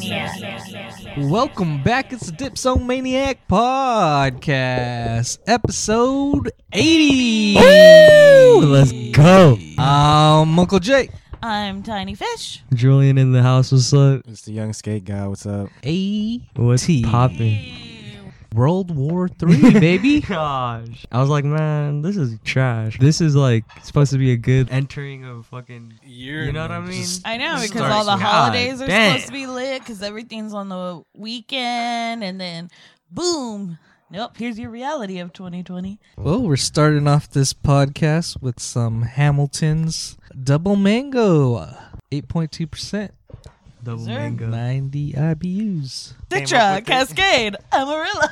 Dipsomaniac. Welcome back. It's the Dipsomaniac Podcast, episode 80. Woo! Let's go. Um, Uncle Jake. I'm Tiny Fish. Julian in the house. What's up? It's the young skate guy. What's up? A. What's T. popping? World War Three, baby. Gosh, I was like, man, this is trash. This is like supposed to be a good entering of fucking. You know what I mean? I know This because starts- all the God holidays are Ah, damn. supposed to be lit because everything's on the weekend, and then boom. Nope, here's your reality of 2020. well, we're starting off this podcast with some Hamilton's Double Mango, 8.2%, Double Sir? 90 IBUs. Citra, Cascade, Amarillo,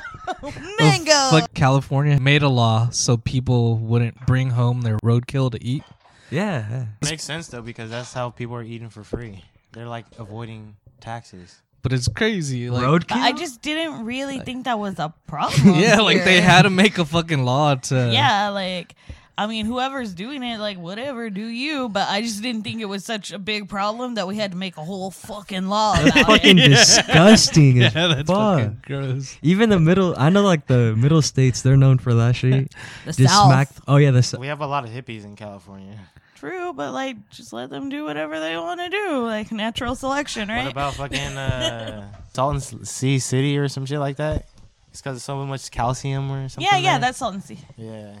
Mango. Fuck California made a law so people wouldn't bring home their roadkill to eat. Yeah. Makes sense though because that's how people are eating for free. They're like avoiding taxes. But it's crazy. Like, Roadkill. But I just didn't really think that was a problem. yeah, like they here. had to make a fucking law to. Yeah, like I mean, whoever's doing it, like whatever, do you? But I just didn't think it was such a big problem that we had to make a whole fucking law about fucking it. disgusting as Yeah, that's fuck. fucking gross. Even the middle, I know like the middle states, they're known for that shit. The just South. smack. Oh yeah, the s- We have a lot of hippies in California. True, but like, just let them do whatever they want to do, like natural selection, right? What about fucking uh, Salton Sea City or some shit like that? It's because of so much calcium or something. yeah, yeah, there? that's Salton Sea. yeah.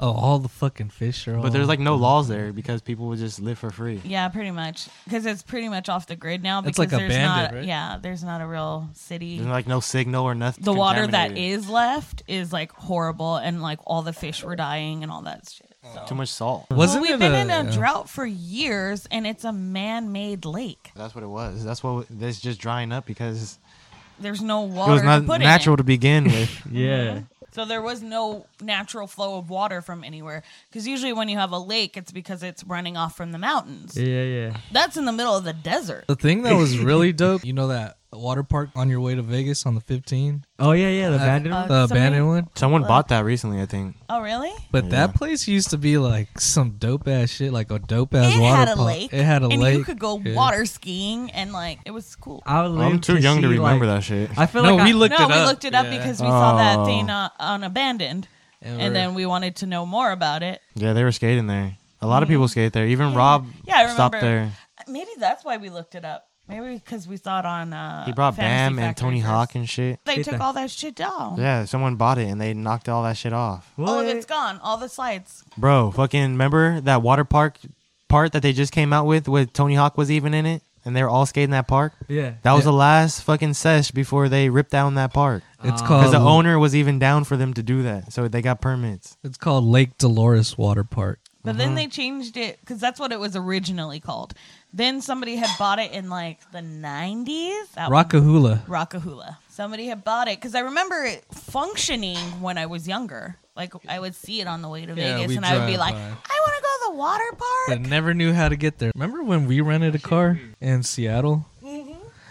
Oh, all the fucking fish are. all- But there's like no laws there because people would just live for free. Yeah, pretty much, because it's pretty much off the grid now. Because It's like there's abandoned, not, right? yeah, there's not a real city. There's like no signal or nothing. The water that contaminated. is left is like horrible, and like all the fish were dying and all that shit. So. Oh. too much salt. Wasn't Well, we've it been a- in a drought for years, and it's a man-made lake. That's what it was. That's what that's just drying up because There's no it water. was not to put natural In to begin with. yeah. it. So there was no natural flow of water from anywhere. Because usually when you have a lake, it's because it's running off from the mountains. Yeah, yeah. That's in the middle of the desert. The thing that was really dope, you know that water park on your way to Vegas on the 15, Oh yeah, yeah. Uh, The abandoned. uh, the somebody- abandoned one. Someone bought that recently, I think. Oh, really? But that place used to be like some dope ass shit, like a dope ass it water had a park. lake. It had a and lake. you could go Yeah. water skiing, and like it was cool. I would live I'm too young to see, remember like- that shit. I feel No, like we I- looked no, it we up. looked it up Yeah. because we saw that Oh. thing on, on abandoned, And and we're- then we wanted to know more about it. Yeah, they were skating there. A lot of people skate there. Even Rob Yeah, I remember. stopped there. Maybe that's why we looked it up. Maybe because we saw it on. Uh, He brought Fantasy Bam and Factory Tony first. Hawk and shit. They Did took they? all that shit down. Yeah, someone bought it and they knocked all that shit off. Oh, All of What? it's gone. All the slides. Bro, fucking remember that water park part that they just came out with with Tony Hawk was even in it and they were all skating that park? Yeah. That was Yeah. the last fucking sesh before they ripped down that park. It's Because called the owner was even down for them to do that. So they got permits. It's called Lake Dolores Water Park. But Uh-huh. then they changed it because that's what it was originally called. Then somebody had bought it in like the 90s. Uh, That was Rockahula. Rockahula. Somebody had bought it because I remember it functioning when I was younger. Like I would see it on the way to Yeah, Vegas we and I would be drive like, by. I want to go to the water that park. never knew how to get there. Remember when we rented a car in Seattle?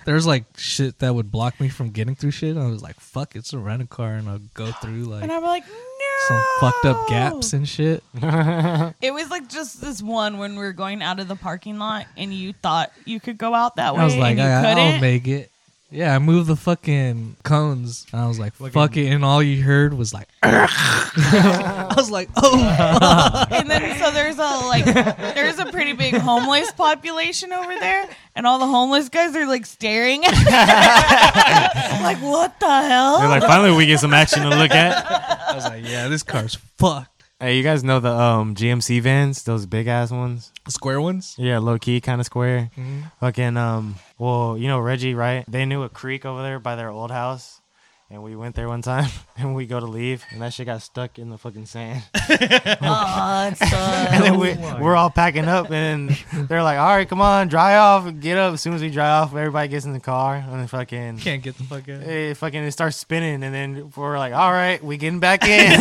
There's like shit that would block me from getting through shit. I was like, fuck, it's a rental car, and I'll go through like And I'm like, no. some fucked up gaps and shit. It was like just this one when we were going out of the parking lot and you thought you could go out that way. I was like, and you I, couldn't. I'll make it. Yeah, I moved the fucking cones. And I was like, fuck it. And all you heard was like, I was like, oh, and then so there's a like there's a pretty big homeless population over there and all the homeless guys are like staring at us. like what the hell They're like, finally we get some action to look at. I was like, yeah, this car's fucked. Hey, you guys know the um, GMC vans, those big ass ones? The square ones? Yeah, low key, kind of square. Mm-hmm. Fucking um, well, you know Reggie, right? They knew a creek over there by their old house, and we went there one time, and we go to leave, and that shit got stuck in the fucking sand. Aw, it sucks. and then we, we're all packing up, and they're like, "All right, come on, dry off, get up." As soon as we dry off, everybody gets in the car, and then fucking. Can't get the fuck out. It fucking it starts spinning and then we're like, all right, we getting back in.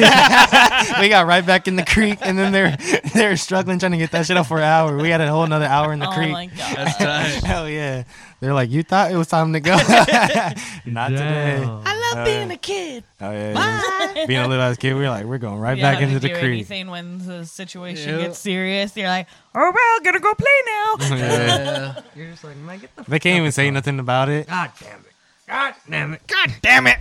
we got right back in the creek and then they're they're struggling trying to get that shit up for an hour. We had a whole another hour in the oh creek. my god That's tight. Hell yeah. They're like, you thought it was time to go. Not today. Damn. I love Uh, being a kid. Oh yeah. yeah. Being a little ass kid, we are like, we're going right You back don't have into to the do creek. anything when the situation Yeah. gets serious. You're like, oh well, gonna go play now. Yeah. You're just like, man, get the. F- They can't even say nothing about it. God damn it! God damn it! God damn it.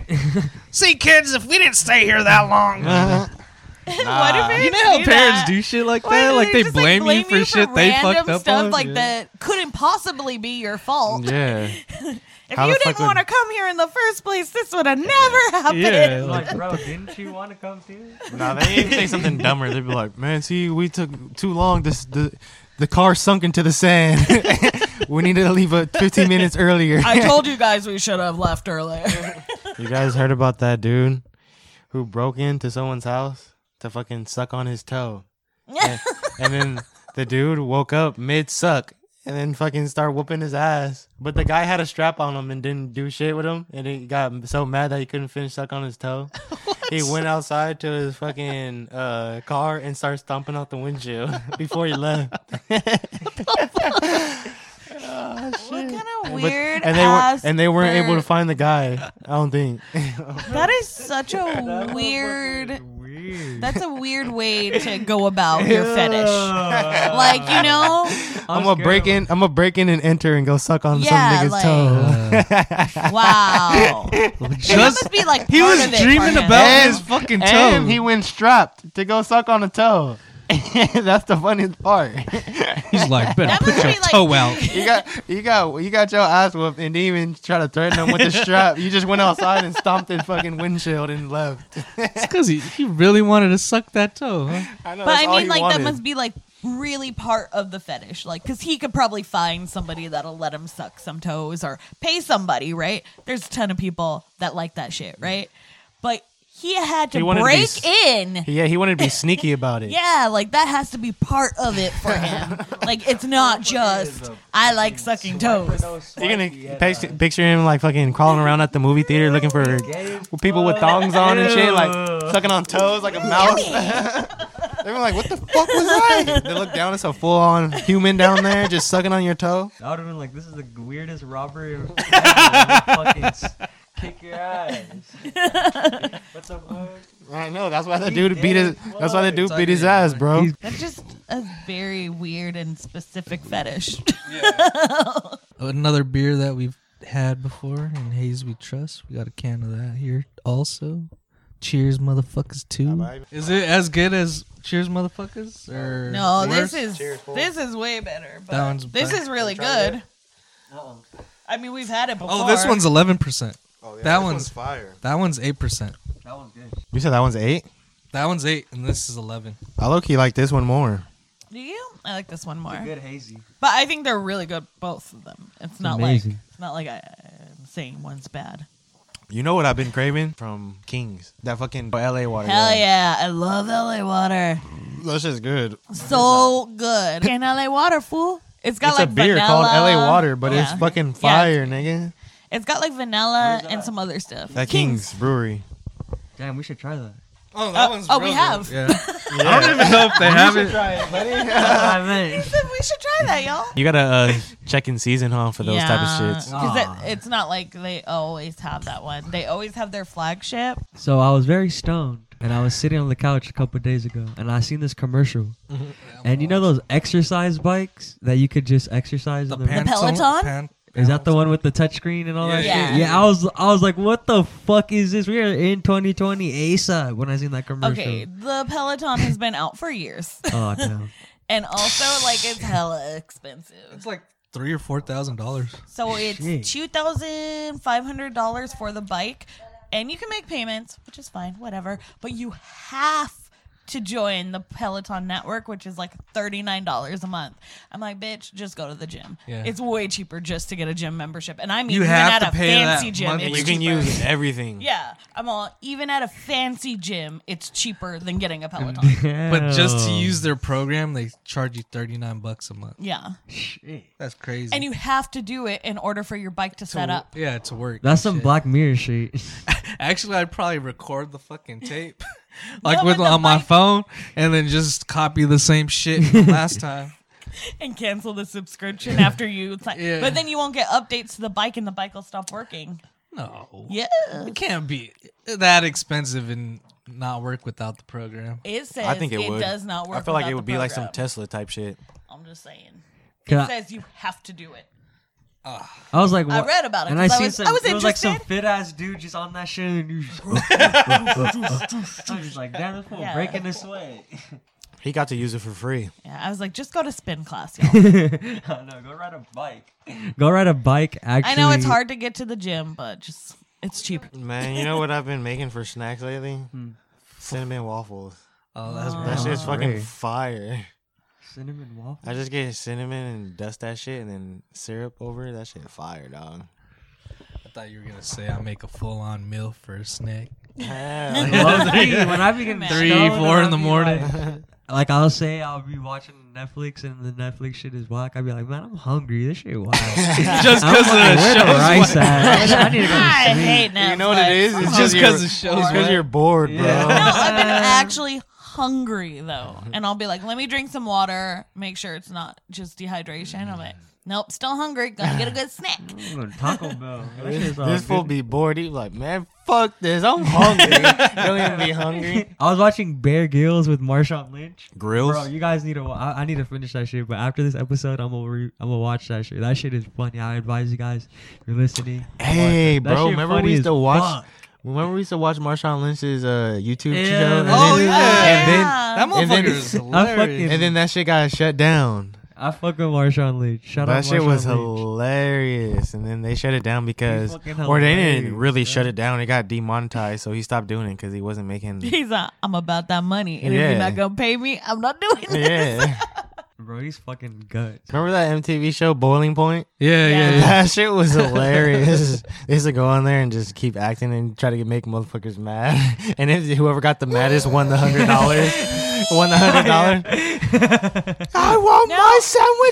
See, kids, if we didn't stay here that long, Uh-huh. What if parents You know how do parents that? do shit like Why that? do Like they just, blame, you for shit they random fucked up stuff on. like Yeah. that couldn't possibly be your fault. Yeah. If How you the fuck didn't want to would- come here in the first place, this would have never happened. Yeah, Like, bro, didn't you want to come too? No, they even say something dumber. They'd be like, "Man, see, we took too long. This the the car sunk into the sand. we needed to leave uh 15 minutes earlier." I told you guys we should have left earlier. You guys heard about that dude who broke into someone's house to fucking suck on his toe, and, and then the dude woke up mid suck. And then fucking start whooping his ass. But the guy had a strap on him and didn't do shit with him. And he got so mad that he couldn't finish suck on his toe. He went outside to his fucking uh, car and started stomping out the windshield before he left. what kind of But- weird and they ass? were and they weren't able to bird. find the guy. I don't think. That is such a weird. Weird. That's a weird way to go about your fetish. Like you know, I'm gonna break in. I'm gonna break in and enter and go suck on Yeah, some nigga's like- toe. wow. that Just must be like he part was of it for dreaming him. about And- his fucking toe. And he went strapped to go suck on a toe. That's the funniest part. He's like, better That put must your be like- toe out. You got, you got, you got your ass whooped and didn't even try to threaten him with the strap. You just went outside and stomped his fucking windshield and left. It's because he, he really wanted to suck that toe. Huh? I know. But that's I all mean, he like wanted. that must be like really part of the fetish, like because he could probably find somebody that'll let him suck some toes or pay somebody, right? There's a ton of people that like that shit, right? But he had to He wanted to be break s- in. Yeah, he wanted to be sneaky about it. yeah, like that has to be part of it for him. like it's not just I like sucking toes. You're gonna picture, picture him like fucking crawling around at the movie theater looking for people with thongs on and shit, like sucking on toes like a mouse. they were like, "What the fuck was that?" They look down, it's a full-on human down there just sucking on your toe. I would have been like, this is the weirdest robbery. ever. fucking s- kick your ass. uh, What's up, bud? I know. That's why the dude beat his. That's why the dude beat his ass, bro. That's just a very weird and specific fetish. Another beer that we've had before in Haze We Trust. We got a can of that here also. Cheers, motherfuckers, too. Is it as good as Cheers, motherfuckers? Or No, worse? this is this is way better. But That one's this better. is really good. I mean, we've had it before. Oh, this one's eleven percent. Oh, yeah, That one's fire. that one's eight percent. That was good. You said that one's eight. That one's eight, and this is eleven. I low key like this one more. Do you? I like this one more, Good hazy. but I think they're really good, both of them. It's not like amazing. it's not like I, I'm saying one's bad. You know what I've been craving from Kings? That fucking L.A. Oh, water. Hell yeah, I love LA water. That's just good. So good. Can LA water fool? It's got It's like a beer vanilla. called L.A. water, but Yeah. it's fucking Yeah. fire, nigga. It's got like vanilla and some other stuff. That Kings Brewery. Damn, we should try that. Oh, that Oh, one's oh, we real good. have. I don't even know if they have it. I meant. We should try that, y'all. You gotta uh, check in season, huh, for those type of shits. Because it's not like they always have that one. They always have their flagship. So I was very stoned, and I was sitting on the couch a couple days ago, and I seen this commercial. Mm-hmm. And you know those exercise bikes that you could just exercise? in Pan- Peloton? someone- pan- Is that the one with the touchscreen and all that Yeah. shit? Yeah, I was I was like, what the fuck is this? We are in 2020 ASAP when I seen that commercial. Okay, the Peloton has been out for years, Oh damn. and also like it's hella expensive. It's like three or four thousand dollars. So Shit. it's two thousand five hundred dollars for the bike, and you can make payments, which is fine, whatever. But you have to join the Peloton network, which is like thirty nine dollars a month. I'm like, bitch, just go to the gym. Yeah. It's way cheaper just to get a gym membership, and I mean, You even have at to a pay that fancy gym, monthly it's you can cheaper. use everything. Yeah, I'm all even at a fancy gym, it's cheaper than getting a Peloton. But just to Damn. use their program, they charge you thirty nine bucks a month. yeah, Shit. That's crazy. and you have to do it in order for your bike To to set wo- up. Yeah, to work. That's and some shit. Black Mirror shit. Actually, I'd probably record the fucking tape, like No, with but the on my bike- phone, and then just copy the same shit from last time. and cancel the subscription after you sign. Yeah. But then you won't get updates to the bike, and the bike will stop working. No. Yeah, It can't be that expensive and not work without the program. it says I think it, would. does not work. I feel like without it the would be like some Uh, program. Tesla type shit. I'm just saying. It Can I- says you have to do it. I was like, what? read about it and I 'cause I seen was- some. I was there was like some interested. fit ass dude just on that shit, and you just, I'm just like, damn, this fool Yeah. breaking this way. He got to use it for free. Yeah, I was like, just go to spin class, y'all. I know. Go ride a bike. Go ride a bike. Actually, I know it's hard to get to the gym, but just it's cheap. Man, you know what I've been making for snacks lately? Cinnamon waffles. Oh, that's That shit's Really? fucking fire. Cinnamon waffle. I just get cinnamon and dust that shit and then syrup over it. That shit fire, dog. I thought you were gonna say I make a full on meal for a snack. Hell yeah. Low key, when I be getting Three, stoned, four in I'll the be morning. Like, like, I'll say I'll be watching Netflix and the Netflix shit is whack. I'll be like, man, I'm hungry. This shit whack. Just I'm because like, of where the the show. rice at? I need to go to I sleep. hate Netflix. you know what it is? It's Just just because because the show's because wet. you're bored, bro. No, I've been actually hungry though, Mm-hmm. and I'll be like, let me drink some water, make sure it's not just dehydration. I'm like, nope, still hungry. Gonna get a good snack. I'm going to Taco Bell. That shit's This, all this fool good. be bored. He like, man, fuck this. I'm hungry. Don't even be hungry. I was watching Bear Grylls with Marshawn Lynch. Grills. Bro, you guys need to. wa- I, I need to finish that shit. But after this episode, I'm gonna re- I'm gonna watch that shit. That shit is funny. I advise you guys. If you're listening. hey, That bro. shit Remember funny we used as to watch. fuck. Remember we used to watch Marshawn Lynch's uh, YouTube Yeah, show. And that- Oh, then, yeah. And That then And then- motherfucker is I hilarious. fucking- and then that shit got shut down. I fuck with Marshawn Lynch. Shout out that shit was Marshawn Lynch. hilarious. And then they shut it down because, fucking or they didn't hilarious, really bro. shut it down. It got demonetized, so he stopped doing it because he wasn't making. He's like, I'm about that money, and if Yeah. you're not gonna pay me, I'm not doing it. yeah. Bro, he's fucking guts. Remember that MTV show Boiling Point? Yeah, yeah, yeah. That shit was hilarious. they used to go on there and just keep acting and try to make motherfuckers mad. And if whoever got the maddest won the hundred dollars. Won the hundred dollars. Oh, I want my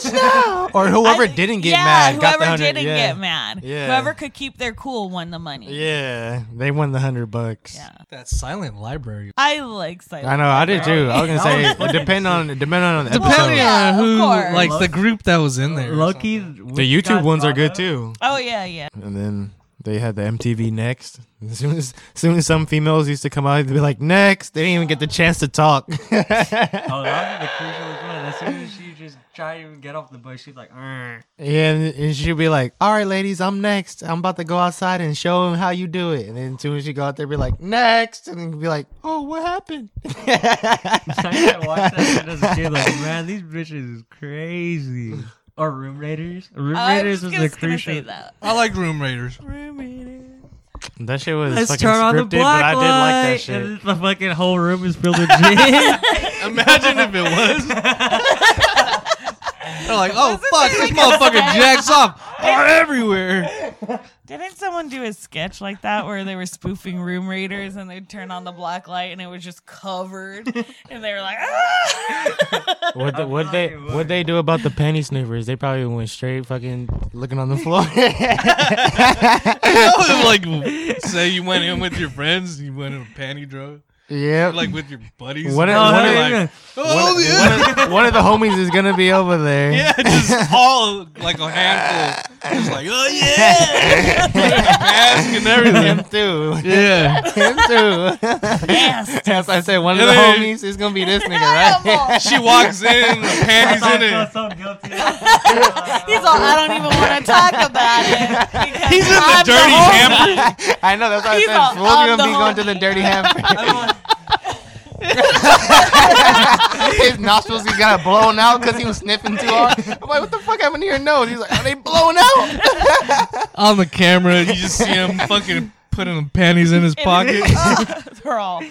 sandwich now. Or whoever I- didn't get yeah, mad got Whoever the hundred. didn't yeah. get mad, Yeah. whoever could keep their cool won the money. Yeah, they won the hundred bucks. Yeah. That silent library. I like silent. I know, I did too. I was gonna say That was it depend on depend on the Depending episode. yeah, on of who, course. like the group that was in there. or Lucky. something. The YouTube ones are good too. Oh yeah, yeah. And then they had the MTV Next. As soon as, as soon as some females used to come out, they'd be like, "Next!" They didn't even get the chance to talk. Oh, that was the crucialest one. As soon as she just tried to even get off the bus, she's like, "Arr." and, and she'd be like, "All right, ladies, I'm next. I'm about to go outside and show them how you do it." And then as soon as she go out there, be like, "Next!" And then be like, "Oh, what happened?" I used to watch that shit as a kid, like, man, these bitches is crazy. Or Room Raiders. Room Uh, I was Raiders just was gonna the gonna say crucial. that. I like Room Raiders. that shit was Let's fucking turn on the scripted, but I black did light. like that shit. And the fucking whole room is filled with gin. Imagine if it was. They're like, oh fuck, this motherfucker sketch? jacks off are everywhere. Didn't someone do a sketch like that where they were spoofing room raiders and they'd turn on the black light and it was just covered and they were like, ah! What the, what they it what they do about the penny sniffers? They probably went straight fucking looking on the floor. like, say you went in with your friends, you went in a panty draw, yeah, like with your buddies. What and if- they're what if- like, oh, yeah. one, of, one of the homies is gonna be over there. Yeah, just all like a handful. Just like, oh yeah, mask and him everything. too. Yeah, Him too. yes. That's why I said one of the Yeah. homies is gonna be this nigga, right? she walks in, the panties in I it. felt so guilty. He's all, I don't even want to talk about it. because He's in the I'm dirty whole- hamper. I know that's why I He's said all, fool "I'm you the gonna be homie." going to the dirty hamper. I'm like, His nostrils he got blown out because he was sniffing too hard. I'm like, what the fuck happened to your nose? He's like, are they blown out? On the camera, you just see him fucking putting the panties in his pocket. They're all,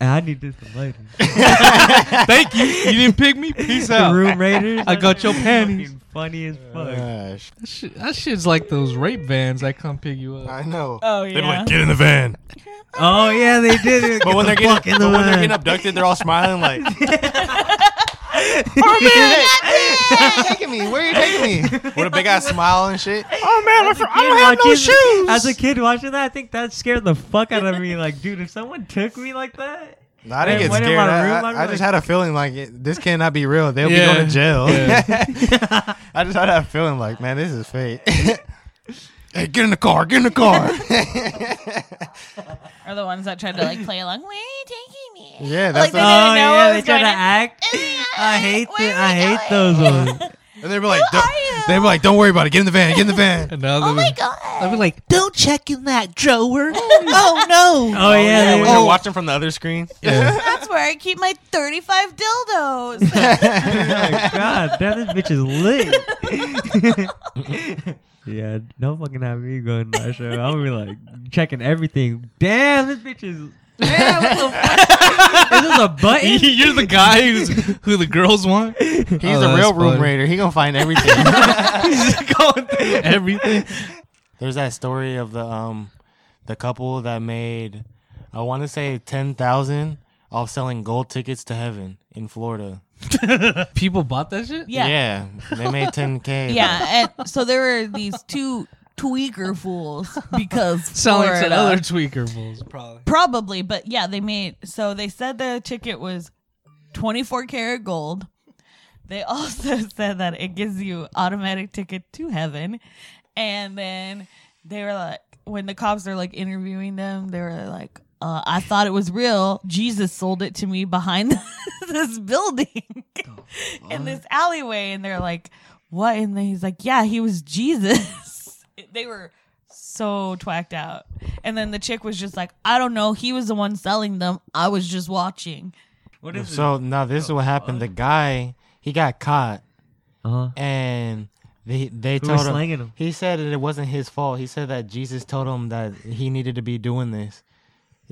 I need this for later. Thank you. You didn't pick me. Peace The out. Room Raiders. I got that your shit was panties. fucking Funny as fuck. Gosh, That, shit, that shit's like those rape vans that come pick you up. I know. oh yeah. get in the van. Oh yeah, they did it. But when they're fuck getting, in but the when they're van. getting abducted, they're all smiling like, oh "Where you taking me? Where you taking me?" With a big ass smile and shit. Oh man, I, don't have no shoes. As a kid watching that, I think that scared the fuck out of me. Like, dude, if someone took me like that, No, I didn't Wait, get when in scared. my I, room, I- I'm I like- just had a feeling like it, this cannot be real. They'll Yeah. be going to jail. Yeah. I just had that feeling like, man, this is fake. hey, get in the car. Get in the car. Are the ones that tried to like play along? Where are you taking me? yeah, Like that's the- what, didn't oh know yeah, I they was try to going in. act. I hate Where that. are I we hate going? those ones. and they were like, Who don't, are you? they were like, don't worry about it. Get in the van. Get in the van. And now Oh they my were- god! I'd be like, don't check in that drawer. Oh yeah, they when were- they're watching from the other screen. yeah. That's where I keep my 35 dildos. God, damn, this bitch is lit. yeah, don't fucking have me going to that show. I'm gonna be like checking everything. Damn, this bitch is. Damn, what the fuck? is this a button? You're the guy who's, who the girls want. He's Oh, the that's real room funny. raider. He gonna find everything. going through everything. There's that story of the um the couple that made I want to say ten thousand off selling gold tickets to heaven in Florida. People bought that shit. yeah. yeah. they made ten k. and so there were these two tweaker fools because Selling to Florida- other tweaker bulls, probably. Probably, but yeah, they made so they said the ticket was 24 karat gold. They also said that it gives you automatic ticket to heaven. And then they were like when the cops are like interviewing them, they were like uh, I thought it was real. Jesus sold it to me behind this building in this alleyway. And they're like, what? And then he's like, yeah, he was Jesus. they were so twacked out. And then the chick was just like, I don't know. He was the one selling them. I was just watching. What is So now this is what happened. The guy he got caught Uh-huh. and they they Who told was him slanging him? he said that it wasn't his fault. He said that Jesus told him that he needed to be doing this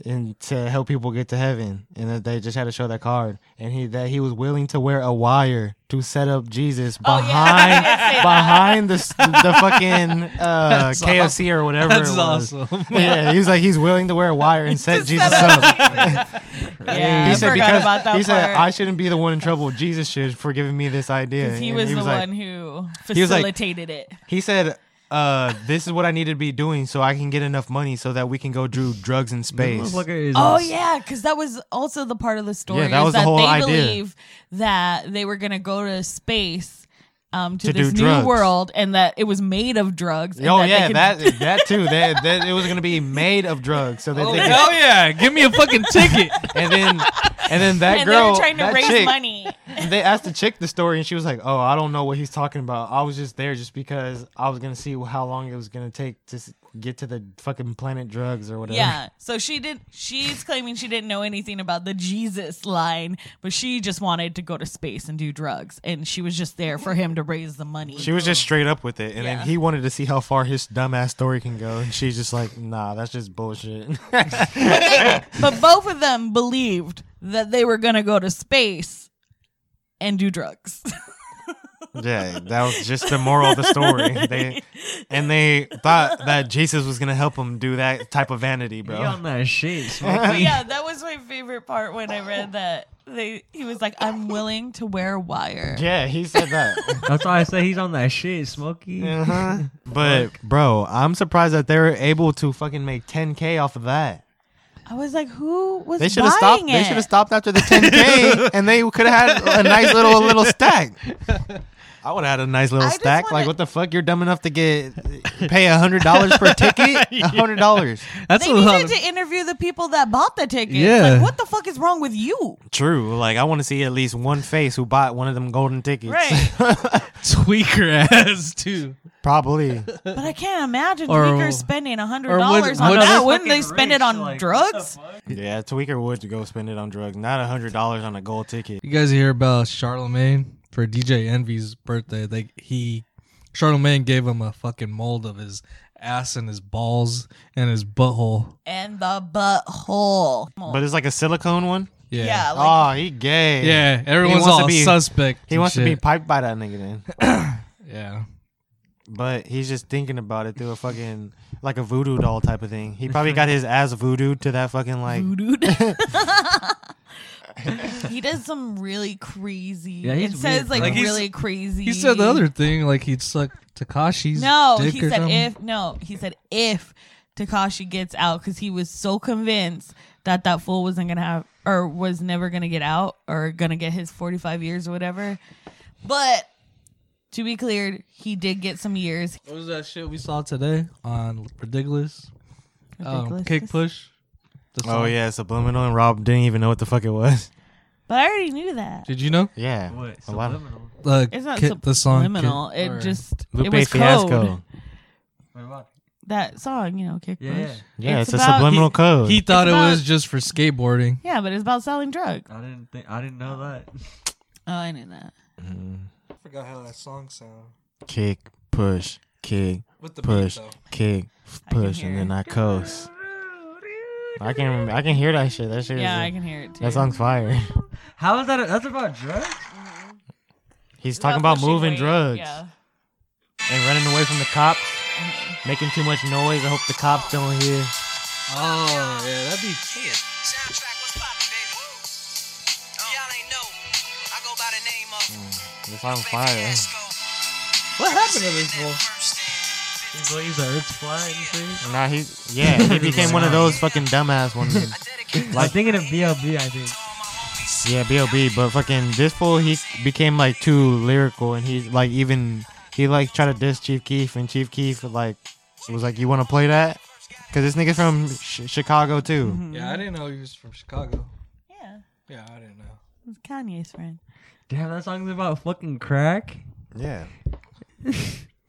and to help people get to heaven and that they just had to show their card and he that he was willing to wear a wire to set up Jesus Oh, behind behind the s- the fucking uh That's KFC or whatever That's it was. awesome. Yeah, he's like he's willing to wear a wire and set Jesus up. Yeah, I forgot about that he said part. I shouldn't be the one in trouble. Jesus should for giving me this idea. he And was, the like- one who was like- facilitated it. He said, uh, "This is what I need to be doing so I can get enough money so that we can go do drugs in space." Motherfucker is Oh yeah, because that was also the part of the story. Yeah, that is was the that whole they idea. believe that they were gonna go to space, um, to, To do this new drugs. world, and that it was made of drugs. and Oh that they yeah, could- that that too. That, that it was gonna be made of drugs, so that they could, Hell yeah! Give me a fucking ticket. and then and then that and girl they were trying to that raise chick, money. They asked the chick the story, and she was like, "Oh, I don't know what he's talking about. I was just there just because I was gonna see how long it was gonna take to s- get to the fucking planet drugs or whatever." Yeah. So she did. She's claiming she didn't know anything about the Jesus line, but she just wanted to go to space and do drugs, and she was just there for him to raise the money. She was just straight up with it, and Yeah. then he wanted to see how far his dumbass story can go, and she's just like, "Nah, that's just bullshit." but both of them believed that they were gonna go to space and do drugs. Yeah, that was just the moral of the story. They and they thought that Jesus was gonna help them do that type of vanity, Be bro. on that shit. But Smokey. yeah, that was my favorite part when I read that. They, he was like, "I'm willing to wear wire." Yeah, he said that. That's why I say he's on that shit, Smokey. uh-huh. But bro, I'm surprised that they're able to fucking make 10k off of that. I was like, "Who was They should buying have stopped. it?" They should have stopped after the 10k, and they could have had a nice little little stack. I would have had a nice little I just stack. wanna- Like, what the fuck? You're dumb enough to get pay hundred dollars per ticket? hundred dollars. That's They a lot. needed Of, to interview the people that bought the tickets. Yeah. Like, what the fuck is wrong with you? True. Like I want to see at least one face who bought one of them golden tickets. tweaker ass too. Probably. But I can't imagine Or- tweakers spending hundred or would- dollars on would- that. They're Wouldn't they fucking spend rich, it on like, what the drugs? fuck? yeah, Tweaker would go spend it on drugs, not a hundred dollars on a gold ticket. You guys hear about Charlemagne for DJ Envy's birthday? They he Charlemagne gave him a fucking mold of his ass and his balls and his butthole. And the butthole. But it's like a silicone one. Yeah. yeah, Oh. like, oh, he gay. Yeah, everyone's He wants all to be- suspect. He and wants to be shit. piped by that nigga then. Yeah. But he's just thinking about it through a fucking like a voodoo doll type of thing. He probably got his ass voodooed to that fucking like dude. he does some really crazy. Yeah, he's it says weird, like, bro. Like, he's- really crazy. He said the other thing, like he'd suck Takashi's No, dick he or said something. if no, he said if Takashi gets out because he was so convinced that that fool wasn't gonna have or was never gonna get out or gonna get his 45 years or whatever. But to be clear, he did get some years. What was that shit we saw today on Ridiculous? Um, Ridiculous. kick push. The Oh song. yeah, subliminal, and Rob didn't even know what the fuck it was. But I already knew that. Did you know? Yeah, What? a lot of Subliminal. The, It's not ki- the song. Kick- subliminal. or- it just Lupe it was code. Fiasco. Wait, what? That song, you know, kick push. Yeah. Yeah, it's, It's a about- subliminal code. He thought it It's was about- just for skateboarding. Yeah, but it's about selling drugs. I didn't think. I didn't know that. Oh, I knew that. I forgot how that song sounded. kick, push, kick, With the push, kick, f- can push, and hear then I coast. I can rem- I can hear that shit. That shit. Yeah, is, I can hear it too. that song's fire. How is that? A, that's about drugs. He's talking about moving drugs Yeah. and running away from the cops, Mm-hmm. making too much noise. I hope the cops don't hear. Oh yeah, that'd be shit. Soundtrack was poppin', baby. Y'all ain't know. I go by the name of Mm. The Oh song's Lupe fire. Fiasco. What happened to this That boy? first and These boys are it's flying. things. Nah, he's yeah. He became one of those fucking dumbass ones. dedicated I'm thinking of BLB. I think. to all my homies. Yeah, B.O.B. But fucking this fool, he became like too lyrical, and he's like even he like tried to diss Chief Keef, and Chief Keef like was like, "You want to play that?" Cause this nigga from sh- Chicago too. Yeah, I didn't know he was from Chicago. Yeah. Yeah, I didn't know. It's Kanye's friend. Damn, that song's about fucking crack. Yeah.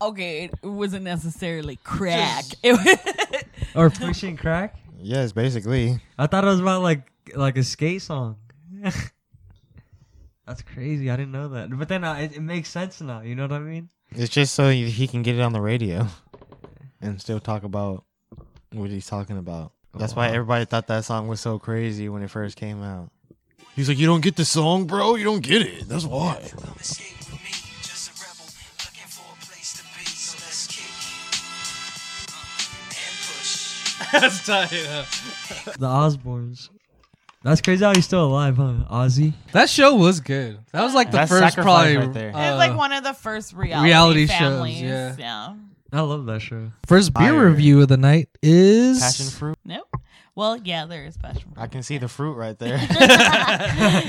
Okay, it wasn't necessarily crack. It was Or pushing crack. Yes, basically. I thought it was about like like a skate song. That's crazy. I didn't know that. But then I, it, it makes sense now. You know what I mean? It's just so he he can get it on the radio, and still talk about what he's talking about. That's why everybody thought that song was so crazy when it first came out. He's like, "You don't get the song, bro. You don't get it. That's why." Come escape with me. Just a rebel looking for a place to be. So let's kick uh, and That's push. tight. Huh? The Osbournes. That's crazy how he's still alive, huh? Ozzy. That show was good. That was like the That's first sacrifice probably right there. It It's uh, like one of the first reality, reality shows, families. yeah. yeah. I love that show. first beer Fire. review of the night is Passion fruit. Nope. Well, yeah, there is passion. I can see the fruit right there.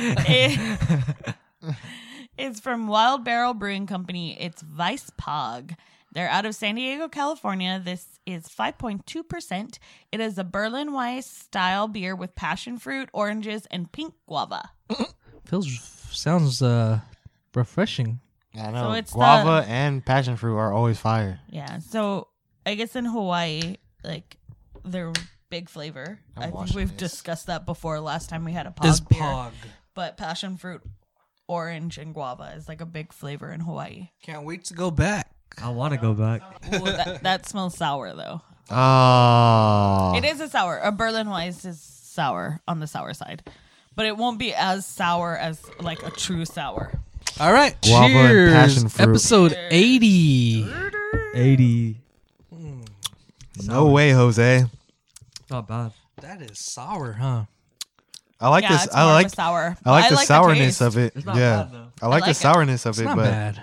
It- it's from Wild Barrel Brewing Company. It's Vice Pog. They're out of San Diego, California. This is 5.2%. It is a Berlin Weiss style beer with passion fruit, oranges, and pink guava. Feels sounds uh refreshing. I know. it's Guava and passion fruit are always fire. Yeah. So I guess in Hawaii, like their big flavor. I'm i think watching we've this. discussed that before last time we had a pog Is beer. pog. But passion fruit, orange, and guava is like a big flavor in Hawaii. Can't wait to go back. I want to go back. Ooh, that, that smells sour though. Oh. It is a sour. A Berlin Weiss is sour on the sour side, but it won't be as sour as like a true sour. All right. Guava and cheers. passion fruit. Episode 80. 80. No way, Jose. Not bad. That is sour, huh? I like yeah, this. it's more I of like. a sour. I like the sourness taste. of it. It's not Yeah. bad, though. I like I the like it. sourness of It's it, not but bad.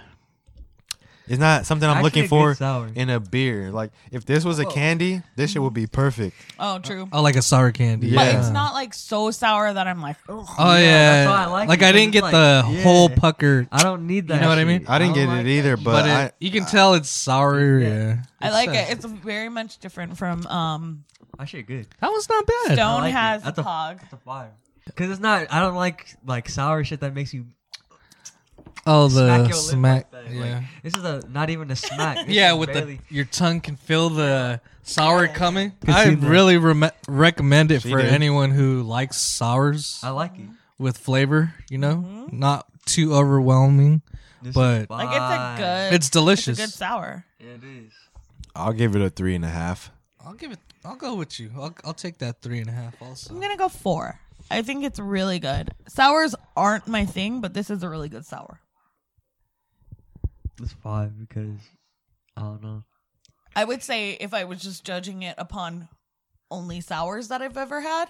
it's not something I'm Actually a looking good for sour. in a beer. Like if this was a candy, this shit would be perfect. Oh, true. I like a sour candy. But But Yeah. it's not like so sour that I'm like, ugh. Oh yeah. that's why I like like it, I 'cause didn't it's get like- the yeah. whole pucker, I don't need that. know what I shit. mean? I didn't get don't it like either, that. but but I, it, you can tell it's sour. Yeah. I like It's, uh, it. It's very much different from um Actually, good. That one's not bad. I Stone like it. has That's a- Pog. It's a fire. Because it's not, I don't like like sour shit that makes you Oh, smack the your lip smack. like that. yeah. Like, this is a not even a smack. This yeah, is with barely, the your tongue can feel the sour coming. Can I see that. really rem- recommend it She for did. anyone who likes sours I like it. with flavor. You know, not too overwhelming, This But- is Like it's a fire. good. it's delicious. It's a good sour. It is. I'll give it a three and a half. I'll give it. I'll go with you. I'll, I'll take that three and a half. Also, I'm gonna go four. I think it's really good. Sours aren't my thing, but this is a really good sour. It's five because I don't know. I would say if I was just judging it upon only sours that I've ever had,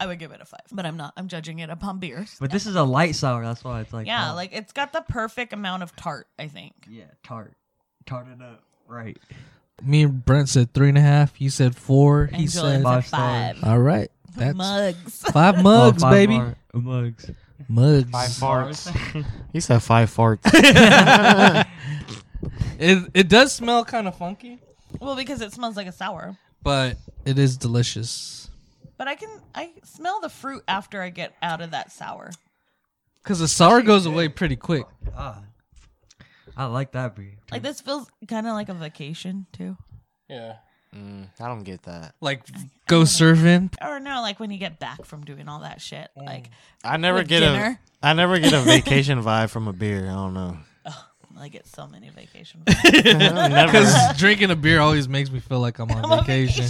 I would give it a five. But I'm not. I'm judging it upon beers. But this is a light sour. That's why it's like Yeah, oh, like it's got the perfect amount of tart. I think. yeah, tart, tart it up. Right. me and Brent said three and a half. You said four. He And Julian said. five said five. All right. That's mugs. five mugs, Oh, five baby. mar- mugs. Mugs. Five farts. he said five farts. It it does smell kind of funky, well, because it smells like a sour. but it is delicious. But I can I smell the fruit after I get out of that sour. Cause the sour goes away pretty quick. Ah, I like that beer. Like this feels kind of like a vacation too. Yeah. Mm, I don't get that. Like go surfing. Or no, like when you get back from doing all that shit. Like I never With get dinner. a. I never get a vacation vibe from a beer. I don't know. I get so many vacation. never. Cause drinking a beer always makes me feel like I'm on on vacation.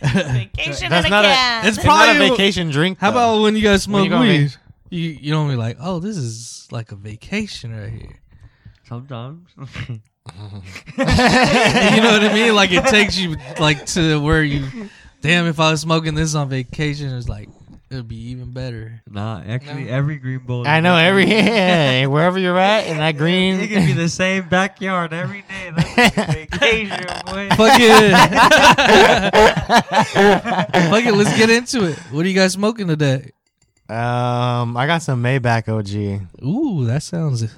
vacation That's and not a- again. It's It's not a Probably- vacation drink. How though. about when you guys When smoke you go on weed? You you don't be like, oh, this is like a vacation right here. Sometimes. you know what I mean? Like it takes you like to where you. Damn, if I was smoking this on vacation, it's like it'd be even better. nah, actually, every Green Bowl. I know every yeah, wherever you're at in that green. It could be the same backyard every day. That's like vacation, boy. Fuck it. Fuck it. Let's get into it. What are you guys smoking today? um, I got some Maybach OG. Ooh, that sounds I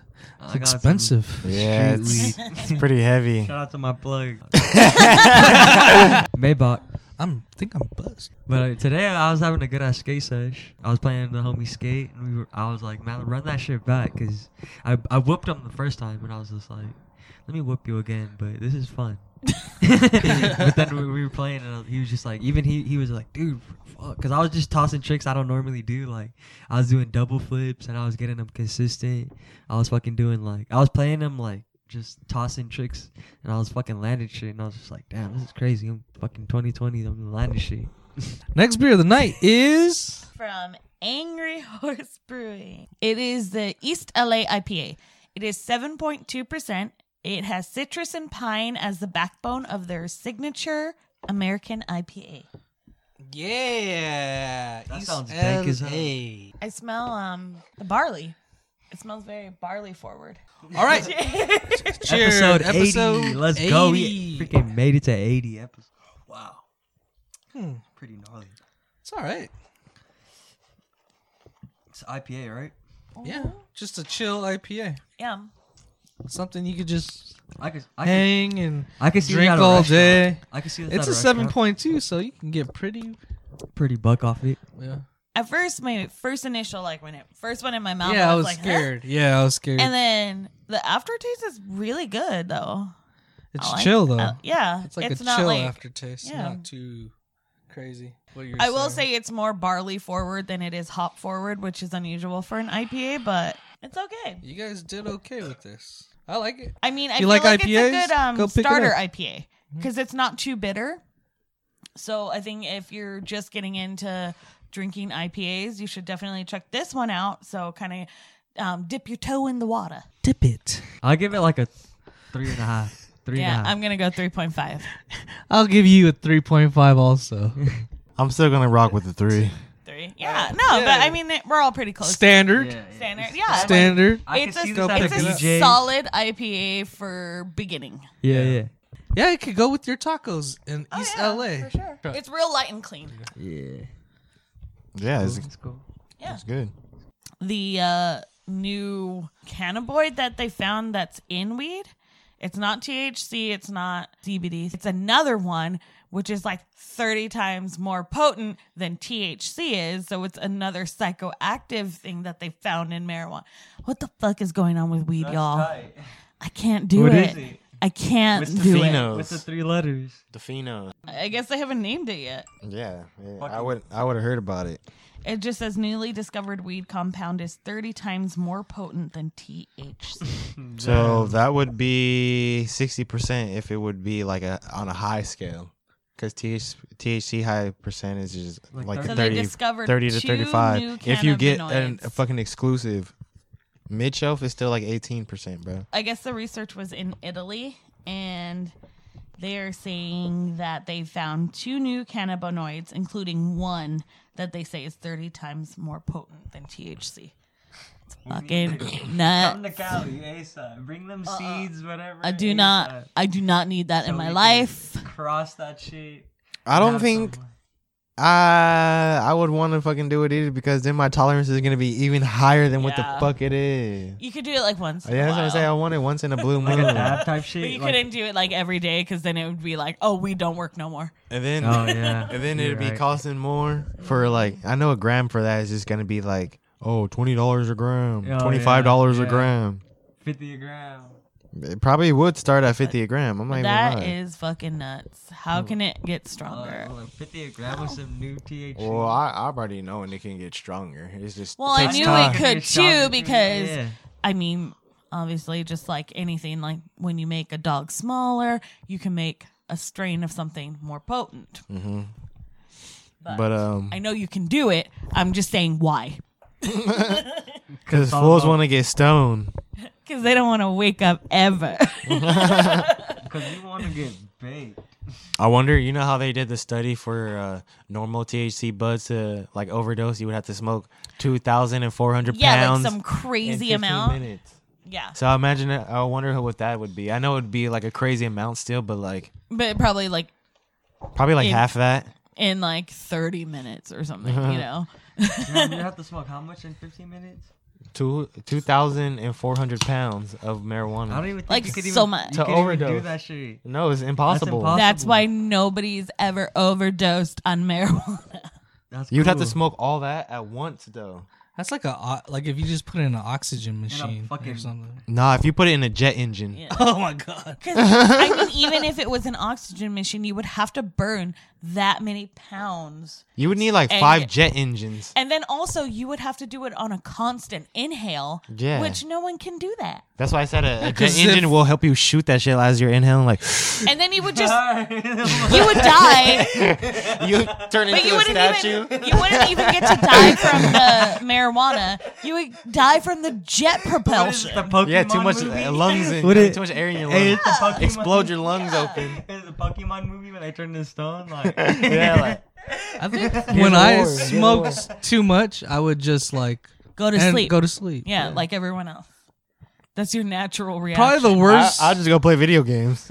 got some- expensive. Yeah, Street it's, it's pretty heavy. Shout out to my plug. Maybach. I'm think I'm buzzed. But uh, today I was having a good ass skate sesh. I was playing the homie skate, and we were. I was like, man, run that shit back, cause I I whooped him the first time, and I was just like, let me whoop you again, but this is fun. but then we, we were playing, and uh, he was just like, even he he was like, dude, fuck, cause I was just tossing tricks I don't normally do. Like I was doing double flips, and I was getting them consistent. I was fucking doing like I was playing them like just tossing tricks, and I was fucking landing shit, and I was just like, damn, this is crazy. I'm fucking 2020, I'm landing shit. Next beer of the night is from Angry Horse Brewing. It is the East LA IPA. It is 7.2%. It has citrus and pine as the backbone of their signature American IPA. yeah. That East sounds dank as hell. I smell um the barley. It smells very barley forward. All right. Cheers. episode 80. Episode Let's go. 80. We freaking made it to 80 episodes. Wow. Pretty gnarly. It's all right. It's IPA, right? Yeah, just a chill IPA. Yeah. Something you could just I could, I could, hang and I could see this drink at a all restaurant. day. I could see this It's at a restaurant. seven point two, so you can get pretty. Pretty buck off it. Yeah, At first, my first initial, like when it first went in my mouth, yeah, I was like, huh? scared. Yeah, I was scared. And then the aftertaste is really good, though. it's I like- chill though. uh, yeah, it's like a not chill like- aftertaste. yeah. Not too crazy. What you're I will saying. say it's more barley forward than it is hop forward, which is unusual for an IPA, but it's okay. you guys did okay with this. I like it. I mean, I You feel like like, IPAs? it's a good um, Go pick it starter up. IPA because it's not too bitter. So I think if you're just getting into drinking IPAs, you should definitely check this one out. So kind of um, dip your toe in the water. Dip it. I'll give it like a three and a half. Three and a Yeah, half. I'm gonna go 3.5. I'll give you a three point five also. I'm still gonna rock with the three. Three. Yeah, no, but I mean we're all pretty close. Standard. Standard. Yeah. like, Standard. I could it's a, see this at it's a a BJ's. solid IPA for beginning. Yeah, yeah. Yeah, it could go with your tacos in East Oh, yeah, LA. for sure. It's real light and clean. Yeah. Yeah, it's, Let's go. it's good. The uh, new cannabinoid that they found that's in weed, it's not THC, it's not CBD. It's another one which is like 30 times more potent than THC is. So it's another psychoactive thing that they found in marijuana. What the fuck is going on with weed, y'all? I can't do What it. is it? I can't It's Oh. do it. With the three letters. Defino. I guess they haven't named it yet. Yeah, yeah. I Fucking- would. I would have heard about it. It just says newly discovered weed compound is 30 times more potent than THC. So that would be sixty percent if it would be like a on a high scale, because TH, THC high percentage is Like like, thirty. So a they 30, discovered 30 to two thirty five. new If you get an, cannabinoids. a fucking exclusive, mid shelf is still like eighteen percent, bro. I guess the research was in Italy and they're saying that they found two new cannabinoids, including one that they say is 30 times more potent than THC. It's Mm. fucking Come nuts. to Cali, ASAP. Bring them seeds, whatever. Uh, Uh, I do not, I do not need that in So we my can life. Cross that shit. I don't Have think some- I I would want to fucking do it either because then my tolerance is gonna be even higher than what the Yeah. fuck it is. You could do it like once. in a Yeah, that's what I'm while. saying. I want it once in a blue Like moon, a dab type shit. But you like- couldn't do it like every day because then it would be like, oh, we don't work no more. and then Oh yeah. and then You're it'd be right. costing more for like I know a gram for that is just gonna be like oh twenty dollars a gram, Oh, twenty five dollars yeah. a gram. fifty a gram. It probably would start at fifty a gram. I'm not That even Mm. lying. is fucking nuts. How can it get stronger? Oh, like fifty a gram with some new THC. Well, I, I already know and it can get stronger. It's just Well, I takes knew time. it could too Yeah. because I mean, obviously, just like anything, like when you make a dog smaller, you can make a strain of something more potent. But, um, I know you can do it. I'm just saying why. because fools want to get stoned. Because they don't want to wake up ever. because you want to get baked. I wonder, you know how they did the study for uh, normal THC buds to like overdose? You would have to smoke 2,400 yeah, pounds like some in crazy 15 amount. minutes. Yeah. So I imagine, that- I wonder who- what that would be. I know it would be like a crazy amount still, but like But probably like probably like In- half that. in like 30 minutes or something, Uh-huh. you know? Damn, you have to smoke how much in fifteen minutes? Two, 2,400 pounds of marijuana. I don't even think Like, you could so even, much. You To could even do overdose. that shit. no, it's impossible. impossible. That's why nobody's ever overdosed on marijuana. That's You'd have to cool. smoke all that at once, though. That's like a o- like if you just put it in an oxygen machine or fucking- something. Nah, if you put it in a jet engine. Yeah. Oh my god! Because I mean, even if it was an oxygen machine, you would have to burn that many pounds. You would need like And- five jet engines. And then also, you would have to do it on a constant inhale, Yeah. which no one can do that. That's why I said a, a jet 'cause engine if- will help you shoot that shit as you're inhaling. Like And then you would just, you would die, you turn but you wouldn't even, you wouldn't even get to die from the marijuana. You would die from the jet What is it, propulsion. the Pokemon Yeah, too much movie? uh, lungs in. What is- too much air in your Hey, lungs. it's the Pokemon. Explode your lungs open. Is the Pokemon movie when they turn to stone? Like, Yeah, like, I think when I Lord, good smoked too much, I would just like Go to and sleep. go to sleep. yeah, like everyone else. That's your natural reaction. Probably the I, worst. I'll just go play video games.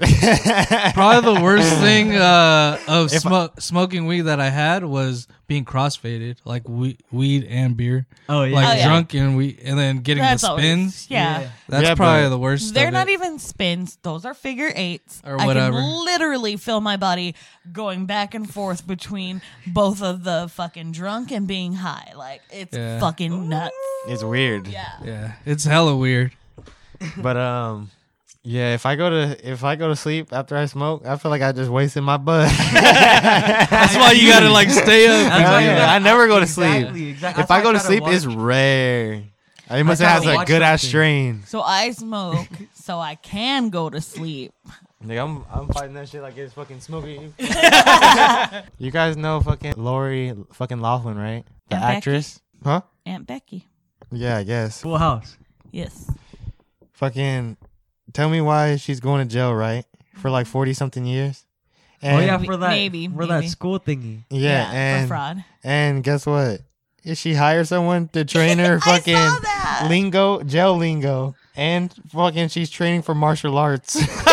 probably the worst thing uh, of If I- smo- smoking weed that I had was being crossfaded, like we- weed and beer, oh yeah. like Oh, yeah. drunk and we and then getting That's the always- spins. yeah. That's Yeah, probably but- the worst. They're of not it. even spins. Those are figure eights. Or I whatever. can literally feel my body going back and forth between both of the fucking drunk and being high. Like it's Yeah. fucking nuts. it's weird. Yeah. Yeah, it's hella weird. But um, yeah. If I go to if I go to sleep after I smoke, I feel like I just wasted my butt. That's why you gotta like stay up. That's Hell why you yeah, gotta- I never go to exactly, sleep. Exactly. If I go to sleep, it's rare. I must gotta have has a watch good ass something. strain. So I smoke so I can go to sleep. Nigga, I'm I'm fighting that shit like it's fucking smoky. you guys know fucking Lori fucking Laughlin, right? The And Becky. actress? Huh? Aunt Becky. Yeah, I guess. Full House. Yes. Fucking tell me why she's going to jail, right? For like forty something years. Oh And, yeah, we- for that maybe, maybe. for that school thingy. Yeah, for and fraud. and guess what? If she hired someone to train her fucking I saw that. lingo, jail lingo, and fucking she's training for martial arts. I saw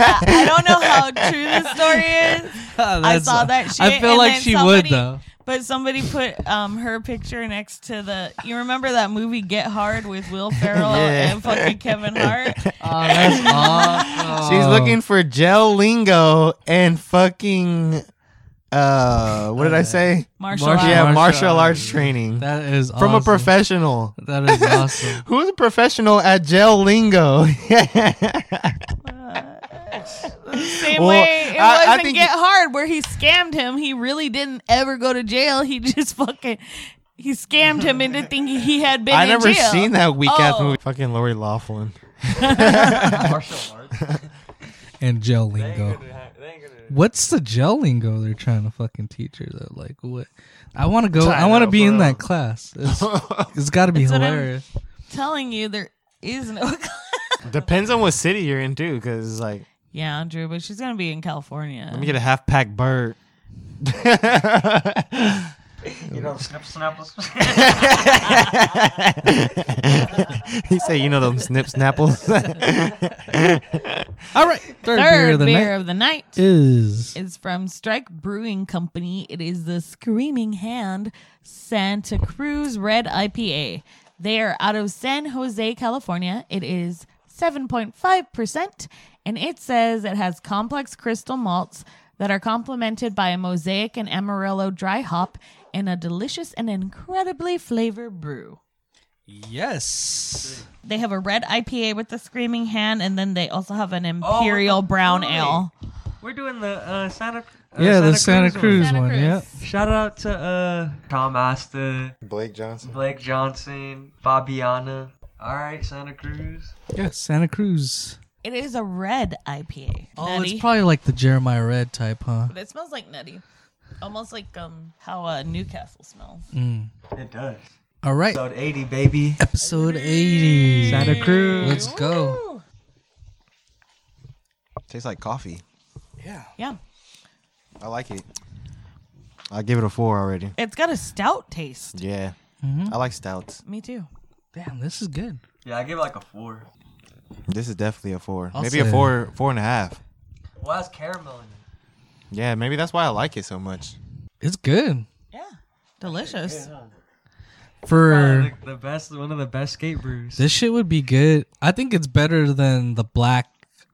that. I don't know how true this story is. Oh, That's- saw that shit, I feel and like then she would somebody- though. But somebody put um, her picture next to the. You remember that movie Get Hard with Will Ferrell Yeah. and fucking Kevin Hart? Oh, that's awesome. She's looking for gel lingo and fucking uh what did I say? Martial Martial- arts. Yeah, martial Martial arts training That is from a awesome. professional. That is awesome. Who's a professional at gel lingo? Same Well, way it I- I was in think Get you- Hard, where he scammed him. He really didn't ever go to jail. He just fucking he scammed him into thinking he had been. I in never jail. seen that weak ass Oh. movie. Fucking Lori Laughlin. Martial arts. And gel lingo. What's the gel lingo they're trying to fucking teach her though? Like what? I want to go. I China, want to be in bro. that class. It's, it's got to be That's what I'm- hilarious. Telling you there is no. Depends on what city you're in too, because it's like yeah, Drew, but she's gonna be in California. let me get a half pack bird. You know, snip, snap. he said, "You know them snip snapples." All right, third, beer of the night night is is from Strike Brewing Company. It is the Screaming Hand Santa Cruz Red IPA. They are out of San Jose, California. It is 7.5%, and it says it has complex crystal malts that are complemented by a mosaic and amarillo dry hop and a delicious and incredibly flavored brew. yes. They have a red IPA with the Screaming Hand, and then they also have an Oh, Imperial Brown boy. Ale. We're doing the uh, Santa. Uh, Yeah, the Santa one. Cruz, Santa one. Cruz. Yeah. Shout out to uh, Tom Asta, Blake Johnson. Blake Johnson, Fabiana. All right, Santa Cruz. Yeah, Santa Cruz. It is a red IPA. Oh, nutty. it's probably like the Jeremiah Red type, huh? But it smells like nutty. Almost like um how uh, Newcastle smells. It does. All right, Episode 80, baby. episode eighty. Santa Cruz. Let's go. Ooh. Tastes like coffee. Yeah. I like it. I give it a four already. It's got a stout taste. Yeah, Mm-hmm. I like stouts. Me too. Damn, this is good. Yeah, I give it like a four. This is definitely a 4 I'll maybe a say- four, four and a half. Well, that's caramel in it. Yeah, maybe that's why I like it so much. It's good Yeah. Delicious. for Like the best, one of the best skate brews. this shit would be good. I think it's better than the Black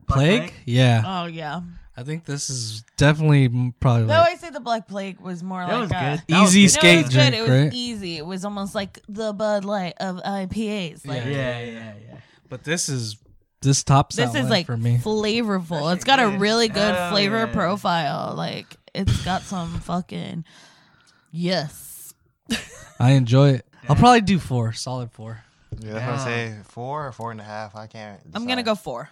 Plague. Plague? Yeah, Oh yeah. I think this is definitely m- probably Though like I say the Black Plague was more That like was a good. That was Easy skate No, it good. was good. drink, It was right? easy. It was almost like the Bud Light of IPAs. Like Yeah, yeah, yeah. But this is this tops this that is one like for me. flavorful. It's got a good. really good Hell flavor yeah. profile. Like it's got some fucking yes. I enjoy it. I'll probably do four, solid four. Yeah, that's what I say. Four or four and a half. I can't. I'm gonna go four.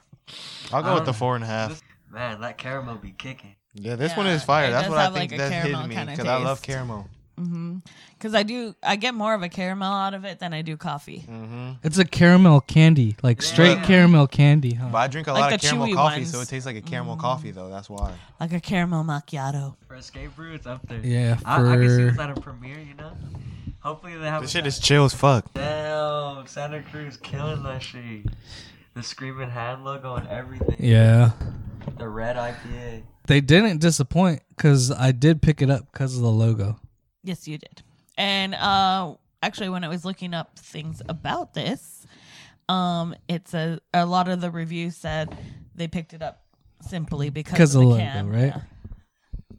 I'll go I with the don't four and a half. Man, that caramel be kicking. Yeah, this Yeah, one is fire. it That's does what I have, think like, a that's caramel hitting me kinda because I love taste. caramel. Because Mm-hmm. I do, I get more of a caramel out of it than I do coffee. Mm. Mm-hmm. It's a caramel candy, like straight Yeah. caramel candy, huh? But I drink a Like lot of the caramel chewy coffee, ones. Mm-hmm. so it tastes like a caramel coffee though. That's why. Like a caramel macchiato. For a skate brew, it's up there. Yeah, I, I can see for- this at a premiere, you know? Hopefully they have This a- shit is chill as fuck. Damn, Santa Cruz killing that shit. The Screaming Hand logo and everything. Yeah. The red IPA. They didn't disappoint because I did pick it up because of the logo. Yes, you did. And uh, actually, when I was looking up things about this, um, it's a a lot of the reviews said they picked it up simply because Because of of the the logo, can. right? Yeah.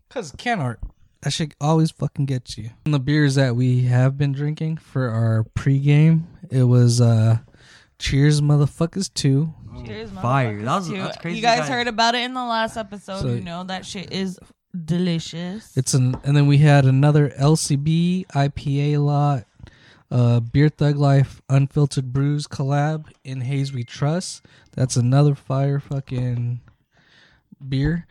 Because can art, that should always fucking get you. And the beers that we have been drinking for our pregame, it was uh, Cheers Motherfuckers 2. Cheers, Fire. motherfuckers, That was- too. Mm. that's crazy, You guys, guys. heard about it in the last episode. So- you know that shit is delicious. It's an, and then we had another LCB IPA lot, uh, Beer Thug Life Unfiltered Brews collab in Haze We Trust. That's another fire fucking beer.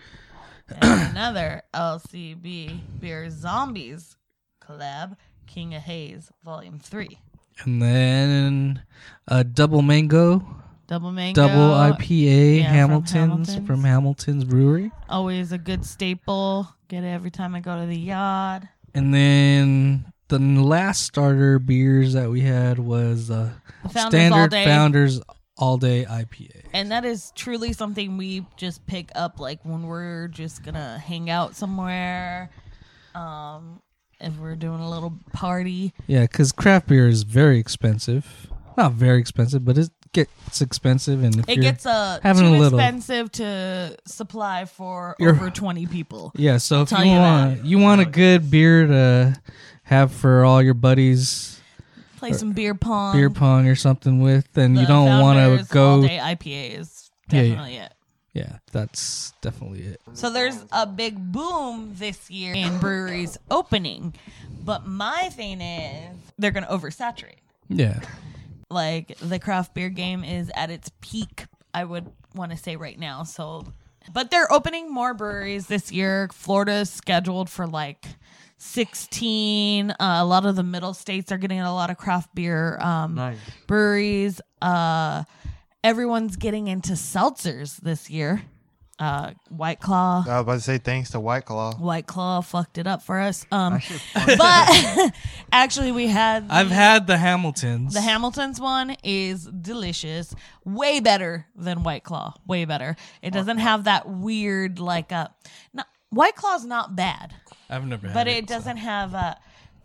and another LCB Beer Zombies collab, King of Haze, Volume 3. And then a double mango, Double mango. double IPA yeah, from Hamilton's Hamilton's. from Hamilton's Brewery. Always a good staple. Get it every time I go to the yard. And then the n- last starter beers that we had was uh, Founders All standard Day. Founders All Day IPA. And that is truly something we just pick up, like when we're just gonna hang out somewhere. Um, if we're doing a little party, Yeah, because craft beer is very expensive. Not very expensive, but it gets expensive, and if it you're- gets uh, having too a little- expensive to supply for You're- over twenty people. yeah. So if you tell you want you want a good beer to have for all your buddies, Play some beer pong. beer pong or something with, then Um, The you don't want Founders to go. All day IPA is Yeah, yeah. definitely it. Yeah, that's definitely it. So there's a big boom this year in breweries opening, but my thing is they're going to oversaturate. Yeah, Like the craft beer game is at its peak, I would want to say right now. So, but they're opening more breweries this year. Florida's scheduled for like 16. Uh, a lot of the middle states are getting a lot of craft beer um, Nice. breweries. Uh, everyone's getting into seltzers this year. uh, White Claw. I was about to say thanks to White Claw. White Claw fucked it up for us. Um, shit but actually, we had the, I've had the Hamiltons. the Hamiltons one is delicious, way better than White Claw. Way better. It doesn't have that weird like uh, not, White Claw's not bad, I've never had but it. it doesn't have uh,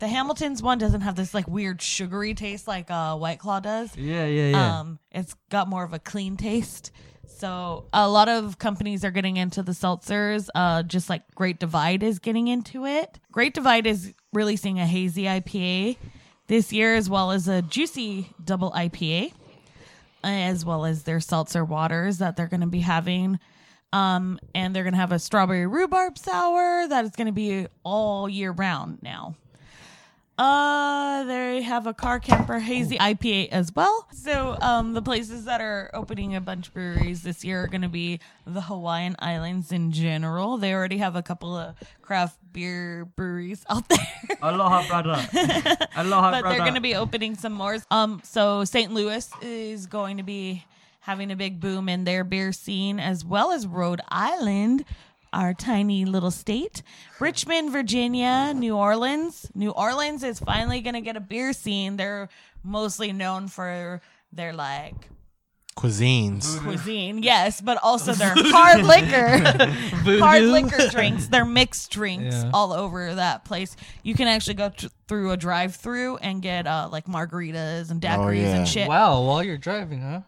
the Hamiltons one doesn't have this like weird sugary taste like uh, White Claw does. Yeah, yeah, yeah. Um, it's got more of a clean taste. So a lot of companies are getting into the seltzers. Uh, just like Great Divide is getting into it. Great Divide is releasing a hazy IPA this year, as well as a juicy double IPA, as well as their seltzer waters that they're going to be having. Um, and they're going to have a strawberry rhubarb sour that is going to be all year round now. Uh, they have a car camper hazy IPA as well. So, um, the places that are opening a bunch of breweries this year are going to be the Hawaiian Islands in general. They already have a couple of craft beer breweries out there. Aloha, brother. Aloha, but brother. they're going to be opening some more. Um, so St. Louis is going to be having a big boom in their beer scene, as well as Rhode Island, our tiny little state, Richmond, Virginia, New Orleans. New Orleans is finally going to get a beer scene. They're mostly known for their like Cuisines. cuisine, yes, but also their hard liquor, hard liquor drinks. They're mixed drinks Yeah. all over that place. You can actually go tr- through a drive-through and get uh, like margaritas and daiquiris Oh, yeah. and shit. Wow, while you're driving, huh?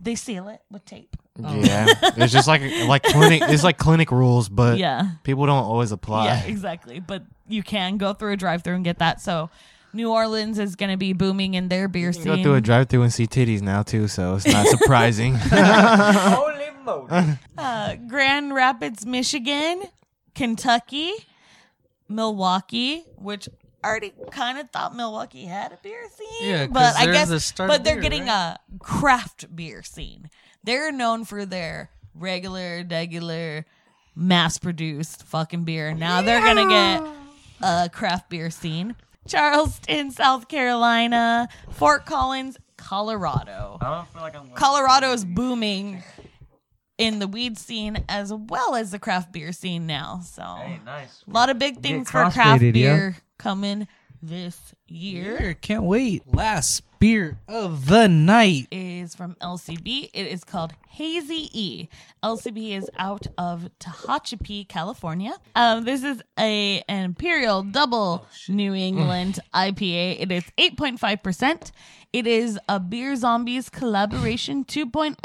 They seal it with tape. Yeah, it's just like like clinic. It's like clinic rules, but Yeah. people don't always apply. Yeah, exactly. But you can go through a drive-through and get that. So New Orleans is going to be booming in their beer You scene. can go through a drive-through and see titties now too, so it's not surprising. Holy moly. uh, Grand Rapids, Michigan, Kentucky, Milwaukee, which I already kind of thought Milwaukee had a beer scene. Yeah, 'cause but I they're guess, the start but of they're beer, getting a craft beer scene. They're known for their regular, regular, mass-produced fucking beer. Now they're gonna get a craft beer scene. Charleston, South Carolina, Fort Collins, Colorado. I don't feel like I'm. Colorado is booming in the weed scene as well as the craft beer scene now. So Hey, a nice. lot of big things for craft crossfaded, yeah. beer coming this year. Here, can't wait. Last beer of the night. Is from LCB. It is called Hazy E. LCB is out of Tehachapi, California. Um, this is a an imperial Oh, double New England IPA. It is 8.5%. It is a Beer Zombies collaboration 2.0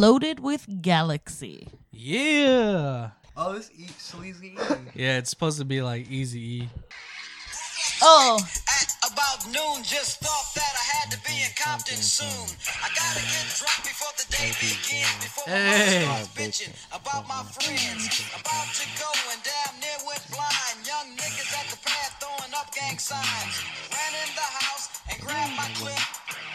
loaded with Galaxy. Yeah. Oh, this eat sleazy. Yeah, it's supposed to be like easy E. Oh, At about noon, just thought that I had to be in Compton soon. I gotta get drunk before the day begins. Before Hey. my mom starts bitching about my friends. About to go and damn near went blind. Young niggas at the pad throwing up gang signs. Ran in the house and grabbed my clip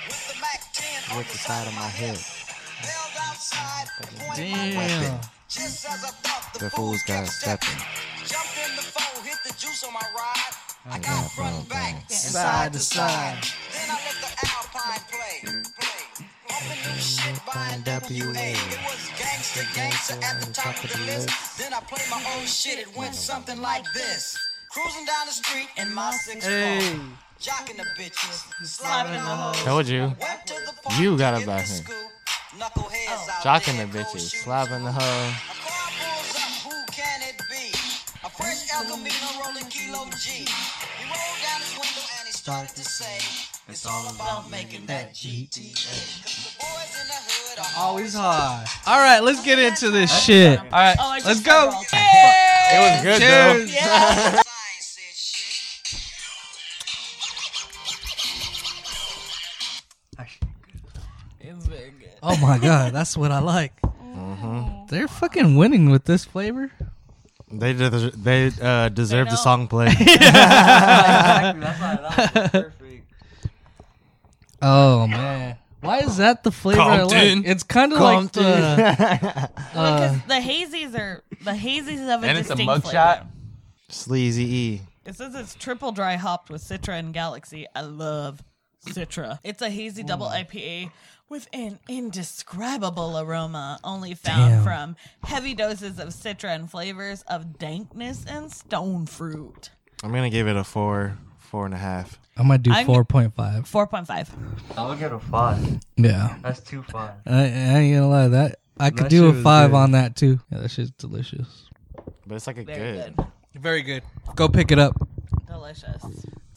with the Mac 10 on the side of my hip. Bailed outside, pointed my weapon. Damn. Just as I thought the, The fools got stepping. stepping. Jumped in the phone, hit the juice on my ride. I got front and back, and Side side to to side. Then I let the Alpine play, play. Bumping new shit, buying WA. It was gangster, gangster at the top of the list. Then I played my own shit, it went something like this. Cruising down the street in my six Hey. hey. Jocking the bitches, slapping the hoes. Told you. Went to the park You to got get about the him. scoop. Knuckleheads out Jocking the there, cold bitches, shoes. slapping the hoe. A car pulls up, who can it be? A fresh El Camino rolling Kilo G. He rolled down his window and he started to say, It's all about making that GTA. 'Cause the boys in the hood are Always high. All right, let's get into this shit. All right, Oh, I just let's go. got rolled. It was good Cheers. science said shit. Oh my god, that's what I like. They're fucking winning with this flavor. though. They de- they uh, deserve the know. song play. exactly. That's why that was perfect. Oh man, why is that the flavor I like? Compton. It's kind of like the because Uh. the hazies are the hazies have a distinct flavor. Sleazy E. It says it's triple dry hopped with Citra and Galaxy. I love Citra. It's a hazy double IPA with an indescribable aroma only found Damn. from heavy doses of Citra and flavors of dankness and stone fruit. I'm gonna give it a four, four and a half. I'm gonna do I'm- four point five. 4.5. I would get a five. Yeah, That's too five. I, I ain't gonna lie that I could That do shit a was five good. on that too. Yeah, that shit's delicious. But it's like a Very good. good. Very good. Go pick it up. Delicious.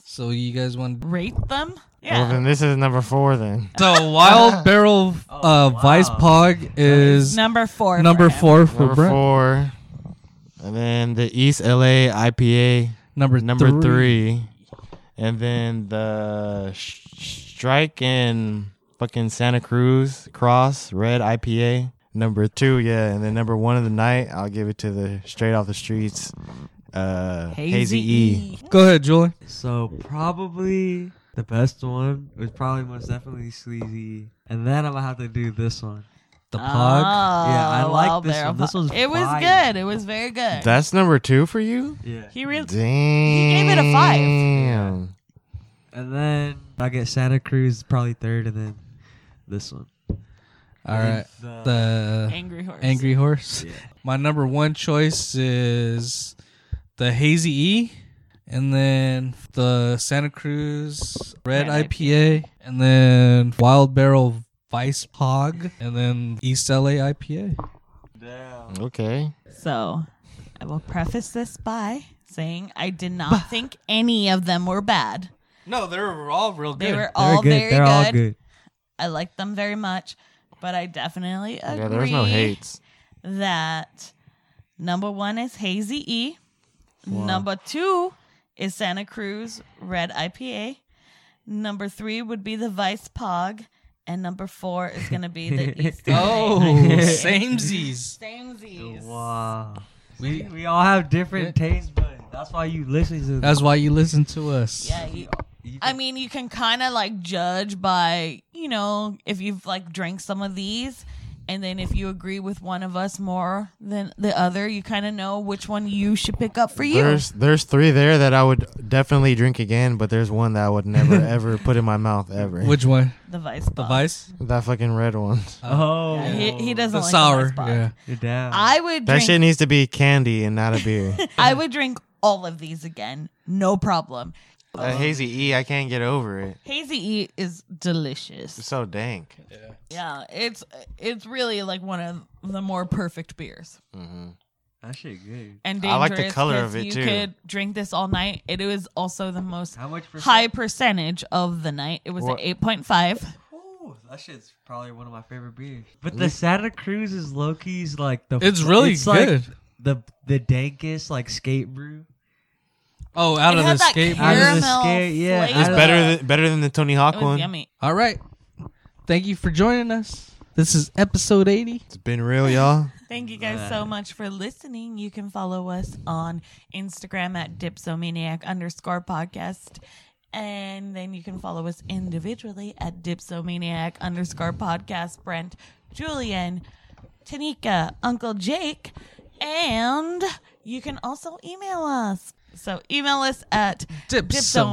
So you guys want Rate them? Well, Yeah. then this is number four. Then so Wild Barrel uh, wow. Vice Pog is Oh, Number four. number for four him. for number Brent. four, and then the East LA IPA Number number three, and then the sh- strike in fucking Santa Cruz Cross Red IPA number two. Yeah, and then number one of the night, I'll give it to the straight off the streets, uh, hazy, E. Go ahead, Julie. So probably the best one was probably most definitely sleazy, and then I'm gonna have to do this one. The Pog. Yeah, I Oh, like well, this there one. This one's It was fire. good. It was very good. That's number two for you. Yeah. he really. Damn. gave it a five. And then I get Santa Cruz probably third, and then this one. All right. The Angry Horse. Angry Horse. Yeah. My number one choice is the Hazy E, and then the Santa Cruz Red, Red IPA, and then Wild Barrel Vice Pog, and then East LA IPA. Okay. So I will preface this by saying I did not think any of them were bad. No, they were all real They were They're all good. very They're good. all good. I liked them very much, but I definitely agree Yeah, there was no hates. that number one is Hazy E, number two is Santa Cruz Red IPA, number three would be the Vice Pog, and number four is going to be the East. Oh, samesies. Samesies. Wow. We- We we all have different taste buds. That's why you listen to. That's why you listen to us. Yeah, you- I mean, you can kind of like judge by, you know, if you've like drank some of these. And then if you agree with one of us more than the other, you kind of know which one you should pick up for you. There's there's three there that I would definitely drink again, but there's one that I would never ever put in my mouth ever. Which one? the vice. The The Vice? that fucking red one. oh, He, he doesn't The like sour. The vice yeah. You're down. I would That drink. shit needs to be candy and not a beer. I would drink all of these again, no problem. a hazy E, I can't get over it. Hazy E is delicious. It's so dank. Yeah, it's it's really like one of the more perfect beers. that shit good. and I dangerous. like the color 'cause of it, you too. could drink this all night. It was also the most How much percent? high percentage of the night. It was What- an eight point five. Ooh, that shit's probably one of my favorite beers. But the Santa Cruz is low key's like the. It's really like good. the the dankest like skate brew. Oh, out It of the had that skate. Out of the caramel skate, yeah. flavor. It's Better than better than the Tony Hawk It one. was yummy. All right. Thank you for joining us. This is episode 80. It's been real, y'all. Thank you guys so much for listening. You can follow us on Instagram at dipsomaniac underscore podcast. And then you can follow us individually at dipsomaniac underscore podcast. Brent, Julian, Tanika, Uncle Jake. And you can also email us. So email us at Dipsom-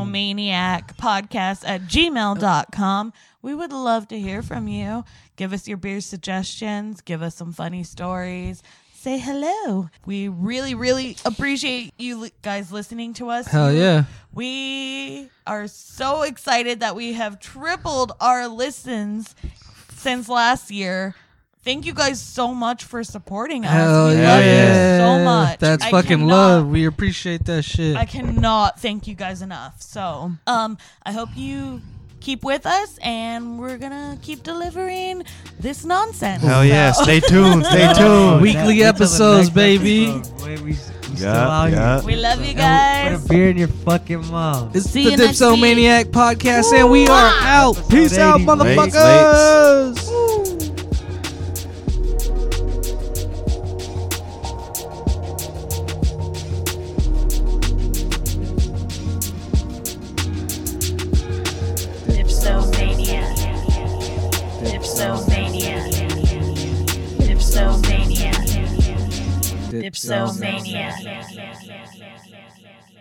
dipsomaniac podcast at gmail.com. We would love to hear from you. Give us your beer suggestions, give us some funny stories. Say hello. We really, really appreciate you li- guys listening to us. Hell yeah. We are so excited that we have tripled our listens since last year. Thank you guys so much for supporting us. Hell we yeah. love you so much. That's I fucking cannot- love. We appreciate that shit. I cannot thank you guys enough. So, um, I hope you keep with us, and we're gonna keep delivering this nonsense. Hell yeah. So- Stay tuned. Stay tuned. Weekly Until the episodes, next baby. episode, boy, we, we still Yeah, out yeah. here. we love you And guys. Put a beer in your fucking mouth. It's See the you next week. Dipsomaniac podcast, and we are out. Peace out, Episode 80. motherfuckers. Lakes, lakes. Dipsomania. Dipsomania. Dipsomania. Dipsomania.